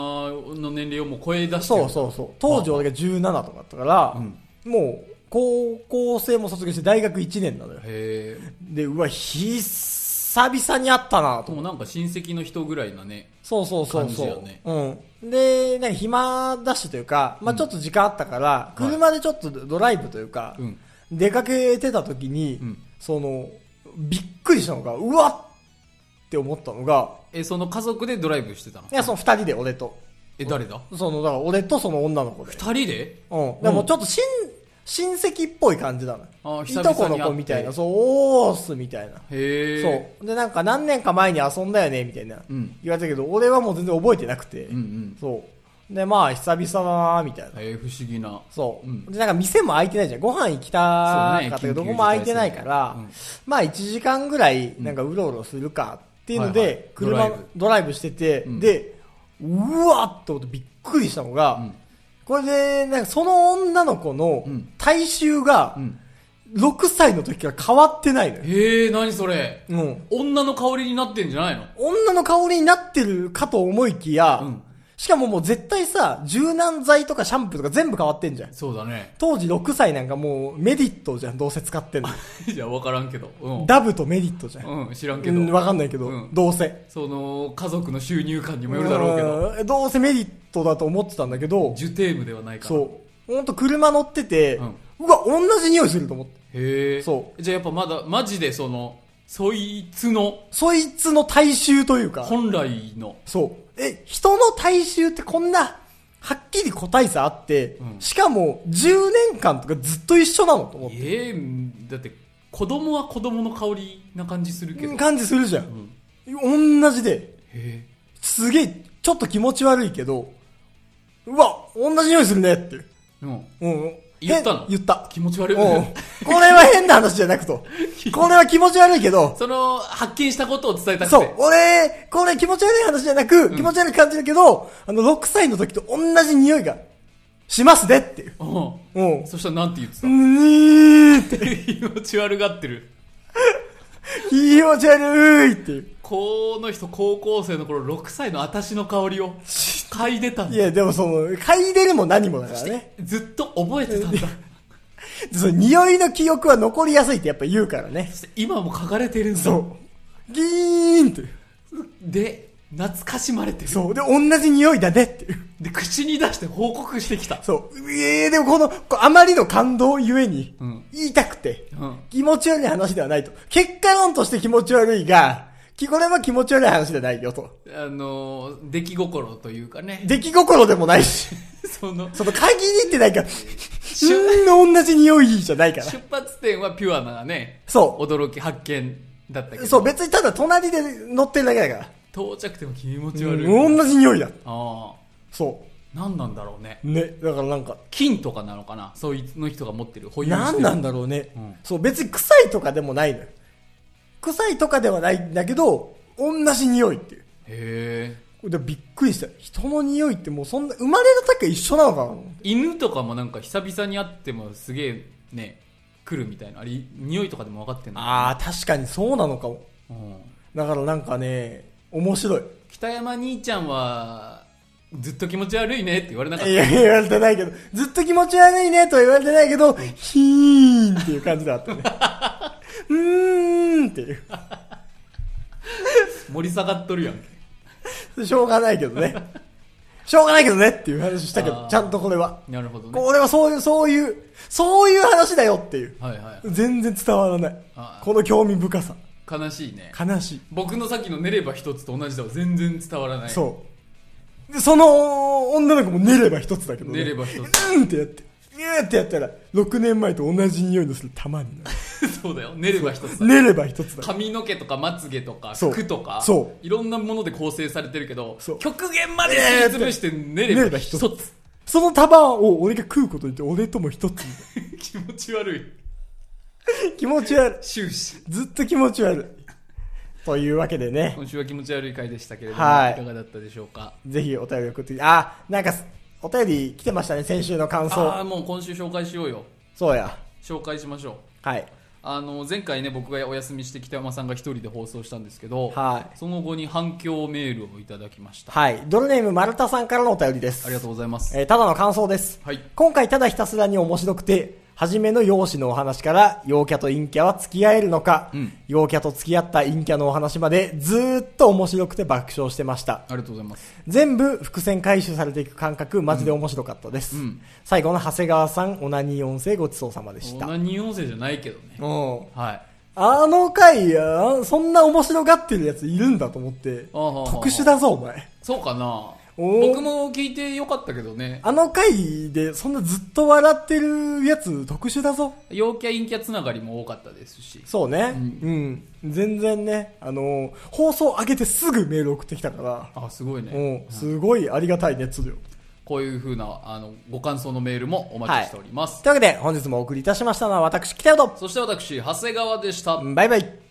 Speaker 1: の年齢をもう超え出してる
Speaker 2: そうそうそう。当時俺が17とかだったから、
Speaker 1: うん
Speaker 2: もう、高校生も卒業して大学1年なのよ。
Speaker 1: へ
Speaker 2: で、うわ、久々に会ったな
Speaker 1: え
Speaker 2: と
Speaker 1: もうなんか親戚の人ぐらいなね
Speaker 2: そうそうそう
Speaker 1: 感じ
Speaker 2: そ
Speaker 1: や
Speaker 2: う、
Speaker 1: ね
Speaker 2: うん。で、なんか暇だしというか、まあちょっと時間あったから、
Speaker 1: うん
Speaker 2: 車でちょっとドライブというか、
Speaker 1: うん
Speaker 2: 出かけてた時に、
Speaker 1: うん
Speaker 2: その、びっくりしたのが、うわっって思ったのが、
Speaker 1: えその家族でドライブしてたの
Speaker 2: いや、その二人で俺と。
Speaker 1: え誰だ
Speaker 2: その、だから俺とその女の子で。
Speaker 1: 二人で
Speaker 2: うん。でもちょっと親、親戚っぽい感じなのよ。
Speaker 1: あー
Speaker 2: い
Speaker 1: 久々
Speaker 2: と
Speaker 1: に会っ
Speaker 2: こ
Speaker 1: て
Speaker 2: の子みたいな。そう、おーっすみたいな。
Speaker 1: へえ
Speaker 2: そう。で、なんか何年か前に遊んだよね、みたいな。
Speaker 1: うん
Speaker 2: 言われたけど、俺はもう全然覚えてなくて。
Speaker 1: うんうん
Speaker 2: そう。で、まあ、久々だな、みたいな。
Speaker 1: へえ不思議な
Speaker 2: そう、
Speaker 1: うん
Speaker 2: で、なんか店も開いてないじゃん。ご飯行きたかった
Speaker 1: そ
Speaker 2: け
Speaker 1: うね
Speaker 2: ど、どこも開いてないから、
Speaker 1: 緊急
Speaker 2: まあ1時間ぐらい、なんかうろうろするかっていうので、
Speaker 1: はいはいド
Speaker 2: 車
Speaker 1: ライブ
Speaker 2: ドライブしてて、
Speaker 1: うん
Speaker 2: で、うわっと思ってびっくりしたのが、
Speaker 1: うん
Speaker 2: これで、なんかその女の子の
Speaker 1: うん
Speaker 2: 体臭が
Speaker 1: う、ん
Speaker 2: 6歳の時から変わってないのよ。
Speaker 1: へえ何それ
Speaker 2: うん。
Speaker 1: 女の香りになってんじゃないの
Speaker 2: 女の香りになってるかと思いきや、
Speaker 1: うん
Speaker 2: しかももう絶対さ、柔軟剤とかシャンプーとか全部変わってんじゃん。
Speaker 1: そうだね
Speaker 2: 当時6歳なんかもうメディットじゃん、どうせ使ってんの。
Speaker 1: じゃあ分からんけどうん
Speaker 2: ダブとメディットじゃん。
Speaker 1: うん知らんけ
Speaker 2: う
Speaker 1: ど
Speaker 2: ん、わかんないけど、
Speaker 1: うん
Speaker 2: どうせ。
Speaker 1: その家族の収入感にもよるだろうけど
Speaker 2: うんどうせメディットだと思ってたんだけど、
Speaker 1: ジュテームではないから
Speaker 2: そう。ほんと車乗ってて、
Speaker 1: う
Speaker 2: うんわ、同じ匂いすると思って。
Speaker 1: へえ
Speaker 2: そう
Speaker 1: じゃあやっぱまだマジでそのそいつの
Speaker 2: そいつの体臭というか、
Speaker 1: 本来の
Speaker 2: そう。え、人の体臭ってこんな、はっきり個体差あって、
Speaker 1: うん
Speaker 2: しかも10年間とかずっと一緒なのと思って。
Speaker 1: ええだって子供は子供の香りな感じするけど、
Speaker 2: 感じするじゃ。
Speaker 1: うんん、
Speaker 2: 同じで、
Speaker 1: へ
Speaker 2: すげえ、ちょっと気持ち悪いけど、うわ、同じ匂いするねって。
Speaker 1: え、うん、
Speaker 2: うん。
Speaker 1: 言ったの
Speaker 2: へ言 った。
Speaker 1: 気持ち悪い
Speaker 2: うんこれは変な話じゃな くと。これは気持ち悪いけど、
Speaker 1: その発見したことを伝えたくて
Speaker 2: そう、俺、これ気持ち悪い話じゃなく、気持ち悪い感じだけど、あの、6歳の時と同じ匂いが、しますねっていう。
Speaker 1: う
Speaker 2: うん
Speaker 1: ん、。そしたらなんて言ってた、
Speaker 2: うーって、
Speaker 1: 気持ち悪がってる
Speaker 2: 気持ち悪いっていう。
Speaker 1: この人高校生の頃6歳の私の香りを嗅いでたん
Speaker 2: い
Speaker 1: だ
Speaker 2: や、でもその、嗅いでるも何もだから ね。
Speaker 1: ずっと覚えてたんだ
Speaker 2: でその匂いの記憶は残りやすいってやっぱ言うからね
Speaker 1: そ。して今も書かれてるんだ
Speaker 2: そう。ギーンって。
Speaker 1: で懐かしまれてる
Speaker 2: そう。で、同じ匂いだねっていう。
Speaker 1: で口に出して報告してきた
Speaker 2: そう。えー、でもこの、こうあまりの感動ゆえに
Speaker 1: うん、
Speaker 2: 言いたくて、
Speaker 1: うん
Speaker 2: 気持ち悪い話ではないと。結果論として気持ち悪いが、きこれは気持ち悪い話じゃないよと。
Speaker 1: あのー出来心というかね
Speaker 2: 出来心でもないし、
Speaker 1: その
Speaker 2: その限りってな いから、うーん、同じ匂いじゃないから。
Speaker 1: 出発点はピュアなね
Speaker 2: そ
Speaker 1: 驚き発見だったけ
Speaker 2: う。
Speaker 1: ど
Speaker 2: そう、別にただ隣で乗ってるだけだから。
Speaker 1: 到着点は気持ち悪い、
Speaker 2: うん同じ匂いだ。
Speaker 1: ああ
Speaker 2: そ
Speaker 1: 何なんだろうね
Speaker 2: う。ね。だからなんか、
Speaker 1: 金とかなのかなそういうの人が持ってる保有してる
Speaker 2: 何なんだろうね、
Speaker 1: うん
Speaker 2: そう別に臭いとかでもないのよ臭いとかではないんだけど同じ匂いっていう
Speaker 1: へえ
Speaker 2: これでびっくりした人の匂いってもうそんな生まれた時から一緒なのかな
Speaker 1: 犬とかもなんか久々に会ってもすげえね来るみたいなあれ匂いとかでも分かってんの
Speaker 2: ああ確かにそうなのかも
Speaker 1: うん
Speaker 2: だからなんかね面白い
Speaker 1: 北山兄ちゃんはずっと気持ち悪いねって言われなかっ
Speaker 2: い
Speaker 1: た
Speaker 2: や言われてないけどずっと気持ち悪いねとは言われてないけどヒーンっていう感じだったねうーんっていう
Speaker 1: 盛り下がっとるやんけ
Speaker 2: しょうがないけどねしょうがないけどねっていう話したけ
Speaker 1: あ
Speaker 2: ど
Speaker 1: ー
Speaker 2: ちゃんとこれは
Speaker 1: なるほどね
Speaker 2: これはそういう、そういう、そういう話だよっていう。
Speaker 1: はいはい
Speaker 2: 全然伝わらない
Speaker 1: あ。ー
Speaker 2: この興味深さ。
Speaker 1: 悲しいね
Speaker 2: 悲しい。
Speaker 1: 僕のさっきの寝れば一つと同じだわ全然伝わらない
Speaker 2: そう。で、その女の子も寝れば一つだけどね。
Speaker 1: 寝れば一つ
Speaker 2: うんってやって。うューってやったら、6年前と同じ匂いのする玉になる。
Speaker 1: そうだよ。寝れば一つだ。
Speaker 2: 寝れば一つだ。
Speaker 1: 髪の毛とかまつげとか
Speaker 2: そう
Speaker 1: 服とか
Speaker 2: そ
Speaker 1: いろんなもので構成されてるけど
Speaker 2: そう
Speaker 1: 極限まで切り潰して寝
Speaker 2: 寝
Speaker 1: れ
Speaker 2: れ
Speaker 1: ば
Speaker 2: ば
Speaker 1: 一
Speaker 2: 一
Speaker 1: つ
Speaker 2: つその束を俺が食うことによって、俺とも一つに な
Speaker 1: 気持ち悪い
Speaker 2: る。気持ち悪
Speaker 1: 終始
Speaker 2: い。ずっと気持ち悪い。というわけでね、
Speaker 1: 今週は気持ち悪い回でしたけれども、、
Speaker 2: はいい
Speaker 1: かがだったでしょうか
Speaker 2: ぜひお便り送って、あ、なんかす、お便り来てましたね、先週の感
Speaker 1: ああ
Speaker 2: 想。
Speaker 1: もう今週紹介しようよ
Speaker 2: そうや。
Speaker 1: 紹介しましょう
Speaker 2: はい。
Speaker 1: あの前回ね僕がお休みして北山さんが一人で放送したんですけど、
Speaker 2: はい
Speaker 1: その後に反響メールをいただきました
Speaker 2: はい。ドルネーム丸田さんからのお便りです。
Speaker 1: ありがとうございます
Speaker 2: えーただの感想です。
Speaker 1: はい
Speaker 2: 今回ただひたすらに面白くて、初めの容姿のお話から、陽キャと陰キャは付き合えるのか、
Speaker 1: うん
Speaker 2: 陽キャと付き合った陰キャのお話まで、ずーっと面白くて爆笑してました。
Speaker 1: ありがとうございます
Speaker 2: 全部伏線回収されていく感覚、マジで面白かったです。
Speaker 1: うんうん
Speaker 2: 最後の長谷川さん、オナニー音声ごちそうさまでした。うん。
Speaker 1: 何音声じゃないけどねはい
Speaker 2: あの回や、そんな面白がってるやついるんだと思って、
Speaker 1: あはあはあ
Speaker 2: 特殊だぞ、お前。
Speaker 1: そうかな
Speaker 2: おー
Speaker 1: 僕も聞いてよかったけどね
Speaker 2: あの回で、そんなずっと笑ってるやつ特殊だぞ。
Speaker 1: 陽キャ陰キャつながりも多かったですし
Speaker 2: そうね。
Speaker 1: う
Speaker 2: うん。全然ね、あのー、放送上げてすぐメール送ってきたから、
Speaker 1: あすごいね、
Speaker 2: もう、すごいありがたい熱量。
Speaker 1: こういうふうなあのご感想のメールもお待ちしております、
Speaker 2: というわけで、本日もお送りいたしましたのは私、北野と、
Speaker 1: そして私長谷川でした、
Speaker 2: バイバイ。